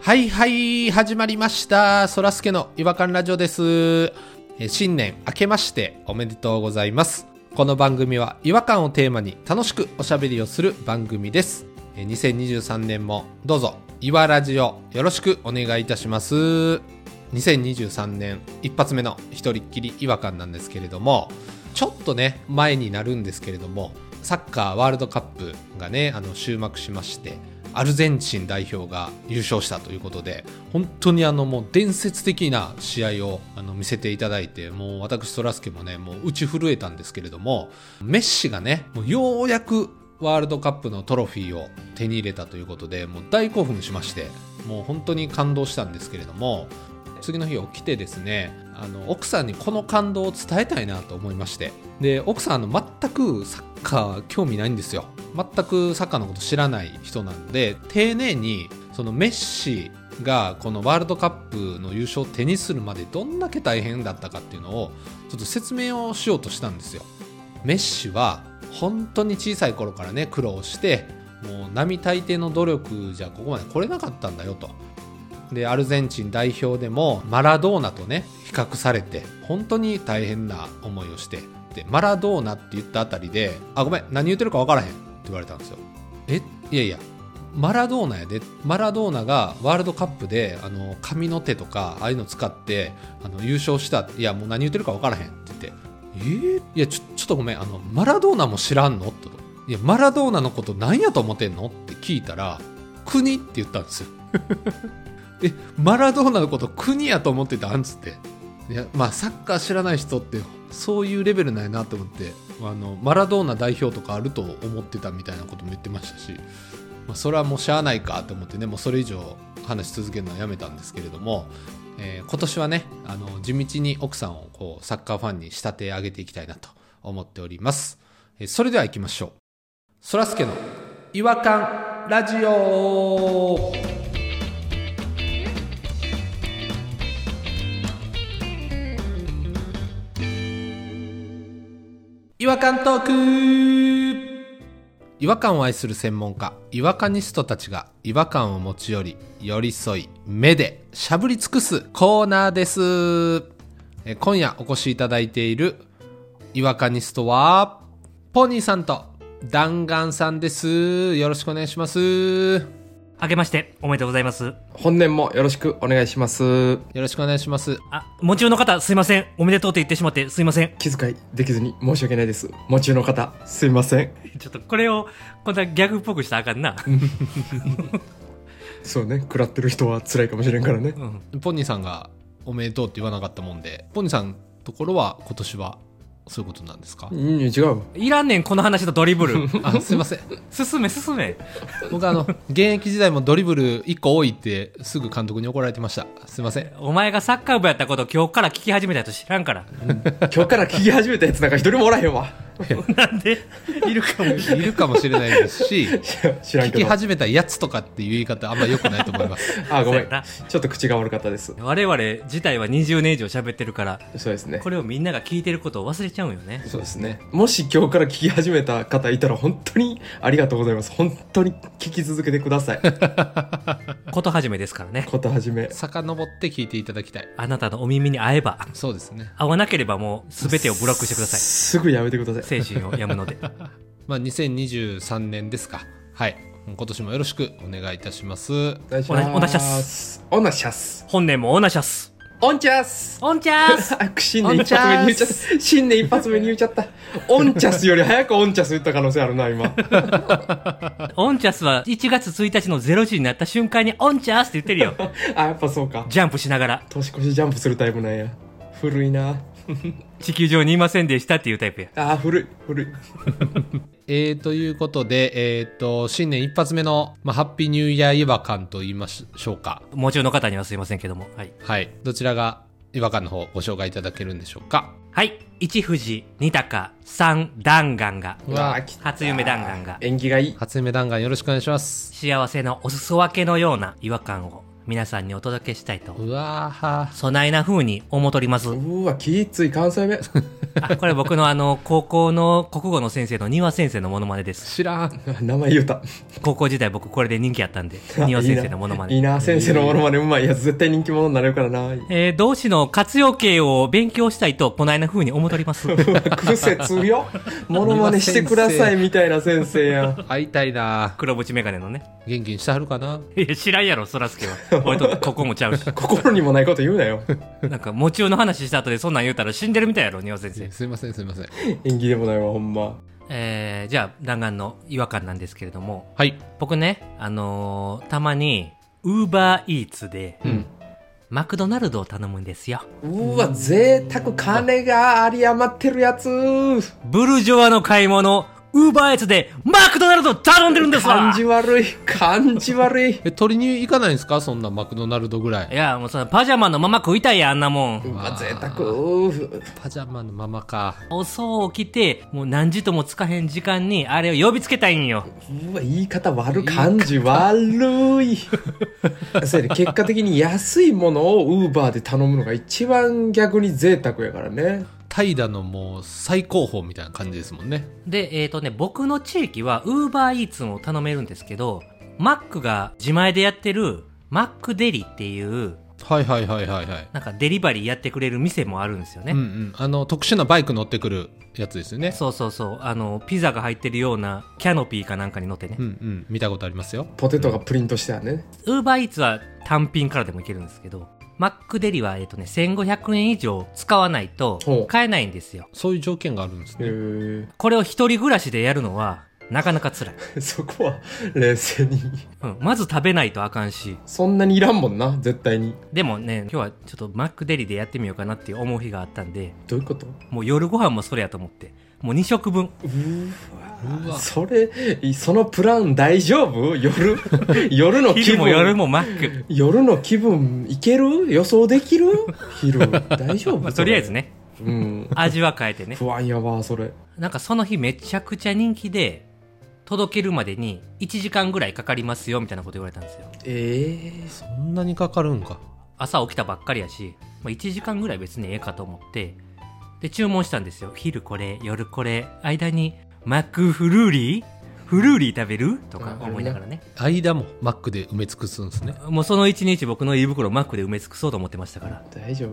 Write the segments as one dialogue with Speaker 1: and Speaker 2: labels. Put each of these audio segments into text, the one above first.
Speaker 1: はいはい、始まりました。そらすけの違和感ラジオです。えー新年明けましておめでとうございます。この番組は違和感をテーマに楽しくおしゃべりをする番組です。えー2023年もどうぞ、いわラジオよろしくお願いいたします。2023年一発目の一人っきり違和感なんですけれども、ちょっとね、前になるんですけれども、サッカーワールドカップがね、あの、終幕しまして、アルゼンチン代表が優勝したということで、本当にあの、もう伝説的な試合をあの見せていただいて、もう私、そらすけもね、もう打ち震えたんですけれども、メッシがね、もうようやくワールドカップのトロフィーを手に入れたということで、もう大興奮しまして、もう本当に感動したんですけれども、次の日起きてですねあの奥さんにこの感動を伝えたいなと思いましてで奥さんあの全くサッカー興味ないんですよ全くサッカーのこと知らない人なんで丁寧にそのメッシがこのワールドカップの優勝を手にするまでどんだけ大変だったかっていうのをちょっと説明をしようとしたんですよメッシは本当に小さい頃からね苦労してもう並大抵の努力じゃここまで来れなかったんだよとでアルゼンチン代表でもマラドーナとね比較されて本当に大変な思いをしてでマラドーナって言ったあたりで「あごめん何言ってるか分からへん」って言われたんですよ。えいやいやマラドーナやでマラドーナがワールドカップであの紙の手とかああいうの使ってあの優勝したいやもう何言ってるか分からへんって言って「えー、いやちょちょっとごめんあのマラドーナも知らんの?」と「いやマラドーナのこと何やと思ってんの?」って聞いたら「国」って言ったんですよ。えマラドーナのこと国やと思ってたんつっていやまあサッカー知らない人ってそういうレベルなんやなと思ってあのマラドーナ代表とかあると思ってたみたいなことも言ってましたし、まあ、それはもうしゃあないかと思ってねもうそれ以上話し続けるのはやめたんですけれども、えー今年はねあの地道に奥さんをこうサッカーファンに仕立て上げていきたいなと思っております、えーそれでは行きましょうそらすけの「違和感ラジオ」違和感トーク違和感を愛する専門家違和感ニストたちが違和感を持ち寄り寄り添い目でしゃぶり尽くすコーナーですえー今夜お越しいただいている違和感ニストはポニーさんと弾丸さんですよろしくお願いしますよ
Speaker 2: 明けましておめでとうございます。
Speaker 3: 本年もよろしくお願いします
Speaker 1: ろしくお願いします
Speaker 2: あ、夢中の方すいません。おめでとうって言ってしまってすいません。
Speaker 3: 気遣いできずに申し訳ないです夢中の方すいません
Speaker 2: ちょっとこれを、こんなギャグっぽくしたらあかんな。
Speaker 3: そうね食らってる人は辛いかもしれんからね
Speaker 2: うん。
Speaker 1: ポニーさんがおめでとうって言わなかったもんでポニーさんところは今年はそういうことなんですか
Speaker 3: うん違う
Speaker 2: いらんねん、この話のドリブル。
Speaker 1: あすいません
Speaker 2: 進め、進め。
Speaker 1: 僕あの現役時代もドリブル1個多いってすぐ監督に怒られてましたすいません
Speaker 2: お前がサッカー部やったこと今日から聞き始めたと知らんから。
Speaker 3: 今日から聞き始めたやつなんか一人もおらへんわ
Speaker 2: なんでいるかも。
Speaker 1: いるかもしれないですし
Speaker 3: いや 知らん
Speaker 1: 聞
Speaker 3: け
Speaker 1: き
Speaker 3: ど
Speaker 1: 始めたやつとかっていう言い方あんま良くないと思います
Speaker 3: あごめん
Speaker 2: そうやな
Speaker 3: ちょっと口が悪かったです
Speaker 2: 我々自体は20年以上喋ってるから、
Speaker 3: そうですね
Speaker 2: これをみんなが聞いてることを忘れちゃうんよね。
Speaker 3: そうですねもし今日から聞き始めた方いたら本当にありがとうございます本当に聞き続けてくださ い
Speaker 2: こと始めですからね。
Speaker 3: ことはじめ
Speaker 1: 遡って聞いていただきたい
Speaker 2: あなたのお耳に合えば、
Speaker 1: そうですね、
Speaker 2: 合わなければもう全てをブロックしてください。
Speaker 3: すぐやめてください
Speaker 2: 精神を病むので。
Speaker 1: まあ、2023年ですかはい今年もよろしくお願いいたします
Speaker 3: お願いし
Speaker 2: お願いしま
Speaker 3: ますおなしゃす
Speaker 2: 本年もオーナシャス。
Speaker 3: おんちゃす
Speaker 2: オンチャース
Speaker 3: あ新年一発目に言っちゃった。新年一発目に言っちゃった。オンチャスより早くオンチャス言った可能性あるな、今。
Speaker 2: オンチャスは1月1日の0時になった瞬間にオンチャースって言 ってるよ。
Speaker 3: あ、やっぱそうか。
Speaker 2: ジャンプしながら
Speaker 3: 年越しジャンプするタイプなんや。古いな。
Speaker 2: 地球上にいませんでしたっていうタイプや。
Speaker 3: あー、古い、古い。
Speaker 1: えー、ということで、えー、と新年一発目の、まあ、ハッピーニューイヤー違和感と言いましょうか
Speaker 2: もちろんの方にはすいませんけども。はい。
Speaker 1: はいどちらが違和感の方をご紹介いただけるんでしょうか
Speaker 2: はい。一富士、二鷹、三弾丸が、
Speaker 1: うわ
Speaker 3: ー来た
Speaker 2: 初夢弾丸が
Speaker 3: 縁起がいい。
Speaker 1: 初夢弾丸よろしくお願いします
Speaker 2: 幸せのお裾分けのような違和感を皆さんにお届けしたいと、
Speaker 1: うわーはー
Speaker 2: そないな風に思うとります。
Speaker 3: うーわ、きつい関西弁。
Speaker 2: あこれ僕のあの、高校の国語の先生の丹羽先生のモノマネです。
Speaker 1: 知らん。
Speaker 3: 名前言うた。
Speaker 2: 高校時代僕これで人気あったん で、丹羽先生のモノマ
Speaker 3: いい
Speaker 2: ネ。
Speaker 3: な、先生のモノマネうまい。いや、絶対人気者になれるからな。
Speaker 2: えー、同志の活用形を勉強したいと、こないな風に思っており ます。
Speaker 3: 癖強モノマネしてくださいみたいな先生やん。
Speaker 1: 会いたいな
Speaker 2: 黒縁メガネ のね。
Speaker 1: 元気にしてはるかない
Speaker 2: や、知らんやろ、そらすけは。 俺と ここもちゃうし。
Speaker 3: 心にもないこと言うなよ。
Speaker 2: なんか、夢中の話した後でそんなん言うたら死んでるみたいやろ、丹羽先生。
Speaker 1: すいませんすいません。
Speaker 3: 演技でもないわ、ほんま。
Speaker 2: えー、じゃあ、弾丸の違和感なんですけれども、
Speaker 1: はい。
Speaker 2: 僕ね、あのーたまに、ウーバーイーツで、
Speaker 1: ん
Speaker 2: マクドナルドを頼むんですよ。
Speaker 3: うわ、贅沢金があり余ってるやつ。
Speaker 2: ブルジョワの買い物、ウーバーイーツで、マクドナルドを頼んでるんですわ
Speaker 3: 感じ悪い。感じ 悪い。
Speaker 1: え、取りに行かないんですかそんなマクドナルドぐら
Speaker 2: い
Speaker 1: い。
Speaker 2: や、もうそのパジャマのまま食いたいやん、あんなもん。
Speaker 3: うわ、贅沢。
Speaker 1: パジャマのままか。
Speaker 2: 遅う起きて、もう何時ともつかへん時間に、あれを呼びつけたいんよ。
Speaker 3: うわ、言い方悪い。感じ悪 い。それで結果的に安いものをウーバーで頼むのが一番逆に贅沢やからね。
Speaker 1: 怠惰のもう最高峰みたいな感じですもんね。
Speaker 2: で、えっ、とね、僕の地域は、ウーバーイーツも頼めるんですけど、マックが自前でやってる、マックデリっていう、
Speaker 1: はいはいはいはいはい。
Speaker 2: なんかデリバリーやってくれる店もあるんですよね。
Speaker 1: うんうん。あの、特殊なバイク乗ってくるやつですよね。
Speaker 2: そうそうそう。あの、ピザが入ってるようなキャノピーかなんかに乗ってね
Speaker 1: う。んうん。見たことありますよ。
Speaker 3: ポテトがプリントしてあるね。
Speaker 2: ウーバーイーツは単品からでもいけるんですけど、マックデリは、えっ、とね、1500円以上使わないと
Speaker 3: ほう
Speaker 2: 買えないんですよ。
Speaker 1: そういう条件があるんです
Speaker 3: へ
Speaker 1: ね。
Speaker 3: ー
Speaker 2: これを一人暮らしでやるのは、なかなか辛い。
Speaker 3: そこは冷静に。
Speaker 2: うん。まず食べないとあかんし。
Speaker 3: そんなにいらんもんな、絶対に。
Speaker 2: でもね、今日はちょっとマックデリでやってみようかなっていう思う日があったんで、
Speaker 3: どういうこと
Speaker 2: もう夜ご飯もそれやと思って。もう2食分。
Speaker 1: うわ。
Speaker 3: それ、そのプラン大丈夫夜夜の気
Speaker 2: 昼も
Speaker 3: 分。
Speaker 2: 夜もマック。
Speaker 3: 夜の気分いける予想できる昼。大丈夫、
Speaker 2: まあ、
Speaker 3: そ
Speaker 2: と
Speaker 3: れ
Speaker 2: りあえず。ね、
Speaker 3: うん。
Speaker 2: 味は変えてね。
Speaker 3: 不安やわ、それ。
Speaker 2: なんかその日めちゃくちゃ人気で、届けるまでに1時間ぐらいかかりますよみたいなこと言われたんですよ。
Speaker 3: ええ
Speaker 1: そんなにかかるんか。
Speaker 2: 朝起きたばっかりやし、まあ、1時間ぐらい別にええかと思って、で、注文したんですよ。昼これ、夜これ、間に、マックフルーリーフルーリー食べるとか思いながらね。
Speaker 1: 間もマックで埋め尽くすんですね。
Speaker 2: もうその1日僕の胃袋をマックで埋め尽くそうと思ってましたから。
Speaker 3: 大丈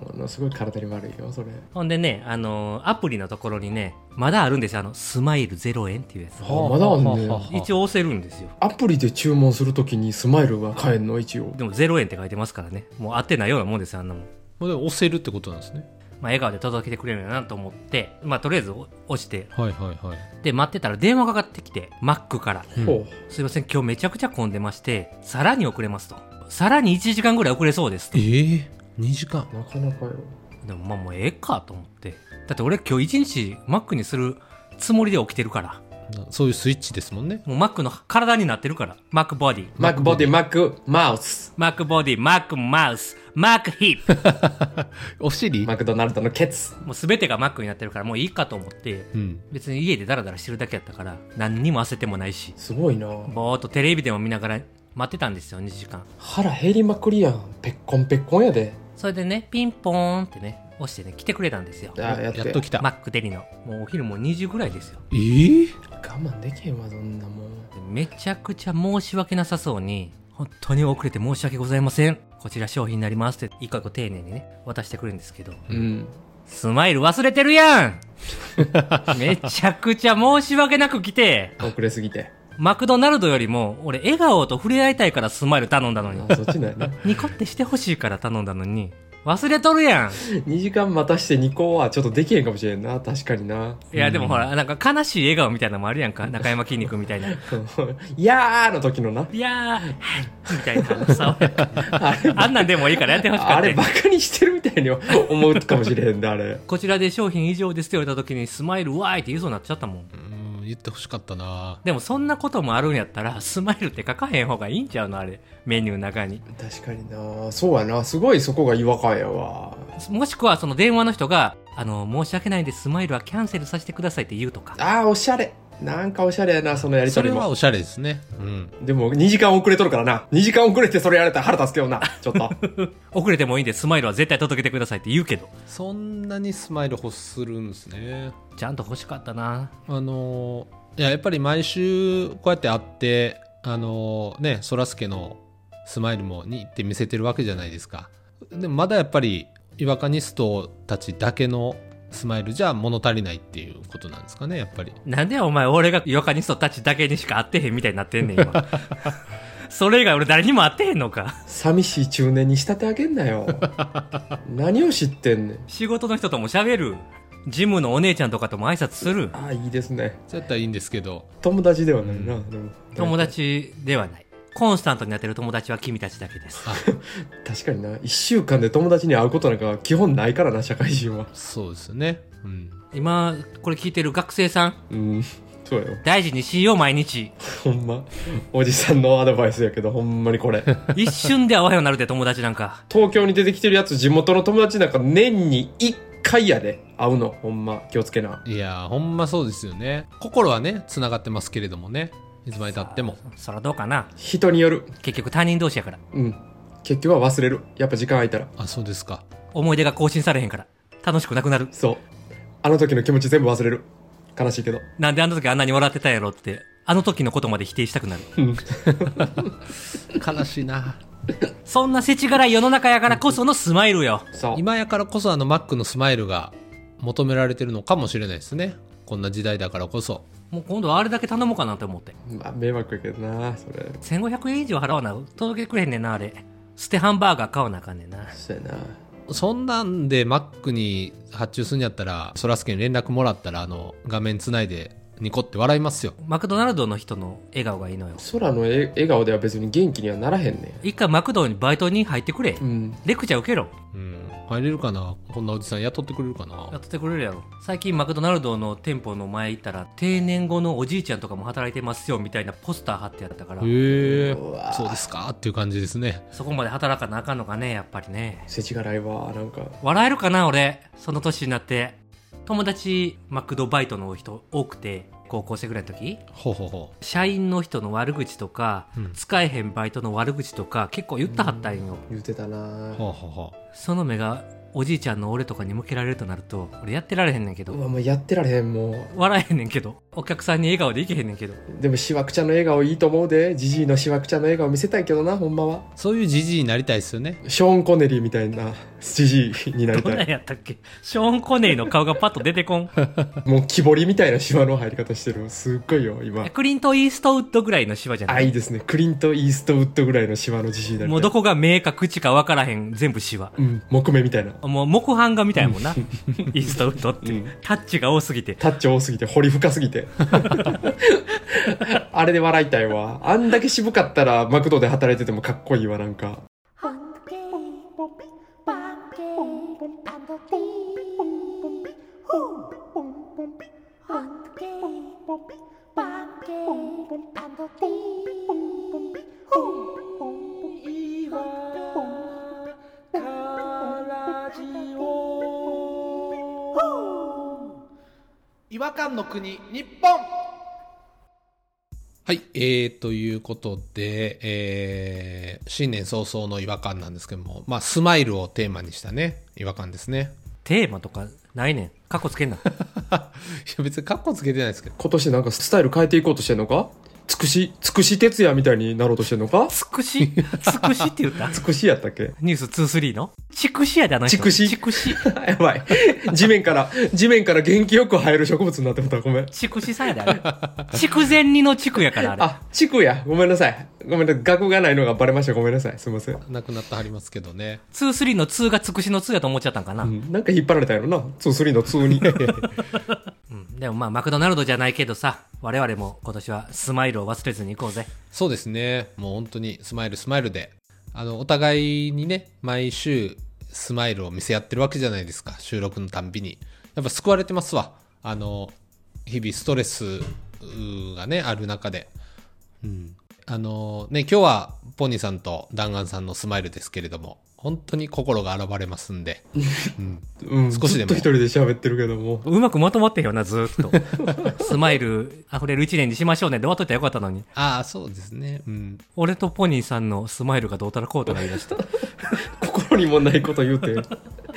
Speaker 3: 夫。ものすごい体に悪いよ、それ。
Speaker 2: ほんでね、あのーアプリのところにね、まだあるんですよ。あの、スマイル0円っていうやつ。
Speaker 3: あまだあんね
Speaker 1: はあはあはあ
Speaker 2: 一応押せるんですよ。
Speaker 3: アプリで注文するときにスマイルが買えんの、一応。
Speaker 2: でも0円って書いてますからね。もう合ってないようなもんですよ、あんなもん。
Speaker 1: もうでも押せるってことなんですね。
Speaker 2: まあ、笑顔で届けてくれるんやなと思って、まあ、とりあえずお押して、
Speaker 1: はいはいはい。
Speaker 2: で、待ってたら電話がかかってきて、マックから。
Speaker 1: うん
Speaker 3: ほ
Speaker 2: すいません、今日めちゃくちゃ混んでまして、さらに遅れますと。さらに1時間ぐらい遅れそうですと。
Speaker 1: ええ2時間。
Speaker 3: う。なかなかよ。
Speaker 2: でも、まあ、もうええかと思って。だって俺今日1日マックにするつもりで起きてるから。
Speaker 1: なそういうスイッチですもんね。
Speaker 2: もうマックの体になってるから。マックボディ。
Speaker 3: マックボディ、マックマウス。
Speaker 2: マックボディ、マックマウス、マックヒッ プ。
Speaker 1: お尻
Speaker 3: マクドナルドのケツ。
Speaker 2: もう全てがマックになってるから、もういいかと思って。
Speaker 1: うん。
Speaker 2: 別に家でダラダラしてるだけやったから、何にも焦ってもないし。
Speaker 3: すごいな。
Speaker 2: ぼーっとテレビでも見ながら待ってたんですよ、2時間。
Speaker 3: 腹減りまくりやん。ペッコンペッコンやで。
Speaker 2: それでね、ピンポーンってね、押してね、来てくれたんですよ。
Speaker 3: あやって
Speaker 1: やっと来た。
Speaker 2: マックデリの。もうお昼もう2時ぐらいですよ。
Speaker 1: えー
Speaker 3: 我慢できへんわそんなもん
Speaker 2: でめちゃくちゃ申し訳なさそうに、本当に遅れて申し訳ございません。こちら商品になりますって、一個一個丁寧にね、渡してくるんですけど、
Speaker 3: うん
Speaker 2: スマイル忘れてるや んめちゃくちゃ申し訳なく来て、
Speaker 3: 遅れすぎて
Speaker 2: マクドナルドよりも、俺笑顔と触れ合いたいからスマイル頼んだのに。
Speaker 3: あそっちだ よな
Speaker 2: ニコってしてほしいから頼んだのに、忘れとるやん。
Speaker 3: 2時間待たして2個はちょっとできへんかもしれんな確かにな
Speaker 2: いや、でもほら、なんか悲しい笑顔みたいなのもあるやんか。中山筋肉みたいな。
Speaker 3: いやーの時のない
Speaker 2: やー、はいみたいな。 爽やか
Speaker 3: あれ
Speaker 2: あんなんでもいいからやってほしか
Speaker 3: あ
Speaker 2: った
Speaker 3: れ
Speaker 2: よ
Speaker 3: バ。カにしてるみたいに 思うかもしれへんであれ
Speaker 2: こちらで商品以上ですって言われた時に、スマイルわーいって言いそうになっちゃったもん
Speaker 1: う。ん、言ってほしかったな
Speaker 2: でもそんなこともあるんやったら、スマイルって書かへん方がいいんちゃうのあれ。メニューの中に。
Speaker 3: 確かになそうやなすごいそこが違和感やわ
Speaker 2: もしくはその電話の人が、あの、申し訳ないんでスマイルはキャンセルさせてくださいって言うとか。
Speaker 3: あーおしゃれなんかおしゃれやな、そのやりと
Speaker 1: そ
Speaker 3: り
Speaker 1: れは
Speaker 3: も。
Speaker 1: おしゃれですね。うん。
Speaker 3: でも、2時間遅れとるからな。2時間遅れてそれやられ たら腹立つけどな。ちょっと。
Speaker 2: 遅れてもいいんでスマイルは絶対届けてくださいって言うけど
Speaker 1: そんなにスマイル欲するんですね。
Speaker 2: ちゃんと欲しかったな
Speaker 1: あのーいややっぱり毎週こうやって会ってあのーねそらすけのスマイルもに行って見せてるわけじゃないですかでもまだやっぱりイワカニストたちだけのスマイルじゃ物足りないっていうことなんですかねやっぱり
Speaker 2: なんでお前俺が違和感ニストたちだけにしか会ってへんみたいになってんねん今それ以外俺誰にも会ってへんのか
Speaker 3: 寂しい中年に仕立てあげんな よ。何を知ってんねん。
Speaker 2: 仕事の人とも喋るジムのお姉ちゃんとかとも挨拶する
Speaker 3: ああ、いいですね。
Speaker 1: そうやったらいいんですけど
Speaker 3: 友達ではないな。でも
Speaker 2: 友。達ではないコンスタントになってる友達は君たちだけです
Speaker 3: 確かにな。1週間で友達に会うことなんか基本ないからな、社会人は。
Speaker 1: そうですねうん
Speaker 2: 今これ聞いてる学生さん
Speaker 3: うん。そうよ。
Speaker 2: 大事にしよう毎日
Speaker 3: ほんま。おじさんのアドバイスやけど、ほんまにこれ。
Speaker 2: 一瞬で会わへんようになるで友達なんか
Speaker 3: 東京に出てきてるやつ、地元の友達なんか年に1回やで。会うの。ほんま。気をつけな。
Speaker 1: いやーほんまそうですよね心はねつながってますけれどもねいつまでたっても
Speaker 2: そらどうかな
Speaker 3: 人による。
Speaker 2: 結局他人同士やから
Speaker 3: うん。結局は忘れる。やっぱ時間空いたら。
Speaker 1: あそうですか
Speaker 2: 思い出が更新されへんから楽しくなくなる
Speaker 3: そう。あの時の気持ち全部忘れる。悲しいけど。
Speaker 2: なんであの時あんなに笑ってたんやろってあの時のことまで否定したくなる
Speaker 1: 悲しいな
Speaker 2: そんな世知辛い世の中やからこそのスマイルよ
Speaker 3: そう。
Speaker 1: 今やからこそあのマックのスマイルが求められてるのかもしれないですねこんな時代だからこそ
Speaker 2: もう今度はあれだけ頼もうかなと思って
Speaker 3: まあ、迷惑やけどな、それ。
Speaker 2: 1500円以上払わな届けてくれへんねんなあれ捨てハンバーガー買わなあかんねんな
Speaker 3: そうやな。
Speaker 1: そんなんでマックに発注するんやったらそらすけに連絡もらったらあの画面つないでニコって笑いますよ
Speaker 2: マクドナルドの人の笑顔がいいのよ
Speaker 3: 空のえ笑顔では別に元気にはならへんね
Speaker 2: 一回マクドにバイトに入ってくれ
Speaker 3: ん。うん。
Speaker 2: レクチャー受けろ
Speaker 1: うん入れるかなこんなおじさん雇ってくれるか
Speaker 2: や
Speaker 1: な
Speaker 2: ってくれるやろ最近マクドナルドの店舗の前行ったら定年後のおじいちゃんとかも働いてますよみたいなポスター貼ってやったから
Speaker 1: へえ
Speaker 3: うわ
Speaker 1: そうですかっていう感じですね
Speaker 2: そこまで働かなあかんのかねやっぱりね
Speaker 3: 世知辛いわ、なんか。
Speaker 2: 笑えるかな俺その年になって友達マクドバイトの人多くて高校生ぐらいの時
Speaker 1: ほうほうほう
Speaker 2: 社員の人の悪口とか、
Speaker 1: うん
Speaker 2: 使えへんバイトの悪口とか結構言ったはったんよ、
Speaker 3: 言うてたな。
Speaker 1: ほうほうほ
Speaker 2: その目がおじいちゃんの俺とかに向けられるとなると俺やってられへんねんけど、
Speaker 3: うわ、もうやってられへん、も
Speaker 2: 笑えへんねんけどお客さんに笑顔でいけへんねんけど
Speaker 3: う。でも、しわくちゃんの笑顔いいと思うで。じじいのしわくちゃんの笑顔見せたいけどな、ほんまは。
Speaker 1: うそういうじじいになりたいですよね
Speaker 3: ショーン・コネリーみたいな、じじいになり
Speaker 2: ど
Speaker 3: た
Speaker 2: んなん
Speaker 3: い。
Speaker 2: やったっけショーン・コネリーの顔がパッと出てこん
Speaker 3: もう木彫りみたいなシワの入り方してる。すっごいよ、今。
Speaker 2: クリント・イーストウッドぐらいのシワじゃ
Speaker 3: あ、
Speaker 2: ない
Speaker 3: いですね。クリント・イーストウッドぐらいのシワのじじいになりたい。
Speaker 2: もうどこが目か口か分からへん全部シワ
Speaker 3: うん、木目みたいな。
Speaker 2: もう木版画みたいやもんな イーストウッドって、
Speaker 3: うん
Speaker 2: タッチが多すぎて
Speaker 3: タッチ多すぎて、掘り深す ぎて。あれで笑いたいわ。あんだけ渋かったら、マクドで働いててもかっこいいわ、なんか。
Speaker 4: Hungry.
Speaker 1: 違和感の国日本はい、えー、ということで、えー新年早々の違和感なんですけども、まあ、スマイルをテーマにしたね、違和感ですね。
Speaker 2: テーマとかないねんカッコつけんな
Speaker 1: いや、別にカッコつけてないですけど、
Speaker 3: 今年なんかスタイル変えていこうとしてんのかつくし、つくし哲也みたいになろうとしてんのか
Speaker 2: つく しつくしって言った
Speaker 3: つくしやったっけ
Speaker 2: ニュース23のちくしやであの人
Speaker 3: ちくし
Speaker 2: ちくし
Speaker 3: やばい。 地面から、地面から元気よく生える植物になってもた。ごめん。
Speaker 2: ちくしさやであれ筑前煮のちくやからあれ
Speaker 3: あ、地区や。ごめんなさい。ごめんなさい。額がないのがバレました。ごめんなさい。すいません。
Speaker 1: なくなってはりますけどね。
Speaker 2: 23の2がつくしの2やと思っちゃったんかな、
Speaker 3: う
Speaker 2: うん
Speaker 3: ん、なんか引っ張られたんやろな。2、3の2に。
Speaker 2: でもまあマクドナルドじゃないけどさ我々も今年はスマイルを忘れずに行こうぜ
Speaker 1: そうですね、もう本当にスマイルスマイルで、あの、お互いにね、毎週スマイルを見せ合ってるわけじゃないですか、収録のたんびに。やっぱ救われてますわ。あの、日々ストレスうーがね、ある中で。うん。あのね、今日はポニーさんと弾丸さんのスマイルですけれども、本当に心が現れますんで、うん、
Speaker 3: うん、
Speaker 1: 少しでも
Speaker 3: ずっと一人で喋ってるけども。
Speaker 2: うまくまとまってへんよな、ずーっと。 スマイル溢れる一年にしましょうねで終わっといたらよかったのに。
Speaker 1: ああそうですねうん
Speaker 2: 俺とポニーさんのスマイルがどうたらこうたら言い出した。
Speaker 3: 心にもないこと言うて。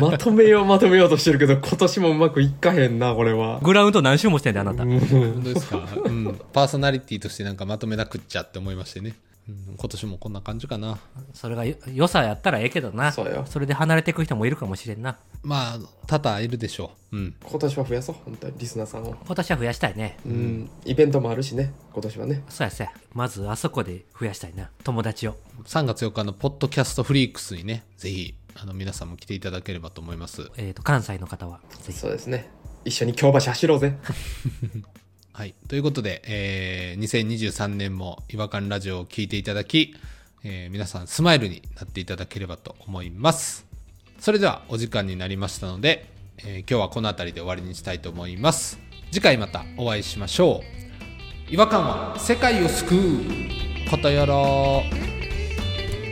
Speaker 3: まとめようまとめようとしてるけど、今年もうまくいかへんな、これは。
Speaker 2: グラウンド何周もしてんだよ、あなた。
Speaker 1: 本当ですか、うん、パーソナリティとしてなんかまとめなくっちゃって思いましてね、うん、今年もこんな感じかな
Speaker 2: それがよ良さやったらええけどな。
Speaker 3: そうよ
Speaker 2: れで離れていく人もいるかもしれんな。
Speaker 1: まあ多々いるでしょううん
Speaker 3: 今年は増やそう、本当に、リスナーさんを。
Speaker 2: 今年は増やしたいね。
Speaker 3: うん、イベントもあるしね、今年はね。
Speaker 2: そうやそうや。まずあそこで増やしたいな。友達を。
Speaker 1: 3月4日のポッドキャストフリークスにねぜひあの皆さんも来ていただければと思います
Speaker 2: えっ、と、関西の方は、ぜひ。
Speaker 3: そうですね。一緒に京橋走ろうぜ。
Speaker 1: はい。ということで、えー2023年も違和感ラジオを聞いていただき、えー皆さんスマイルになっていただければと思います。それではお時間になりましたので、えー今日はこの辺りで終わりにしたいと思います。次回またお会いしましょう。違和感は世界を救うことやろう。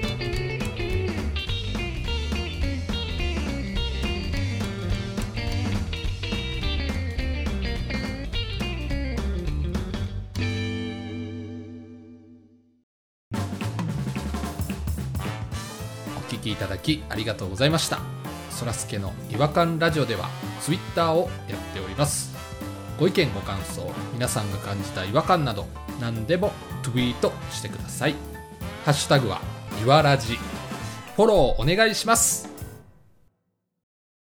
Speaker 1: お聞きいただきありがとうございましたそらすけの違和感ラジオではツイッターをやっておりますご意見ご感想皆さんが感じた違和感など何でもツイートしてくださいハッシュタグはいわらじフォローお願いします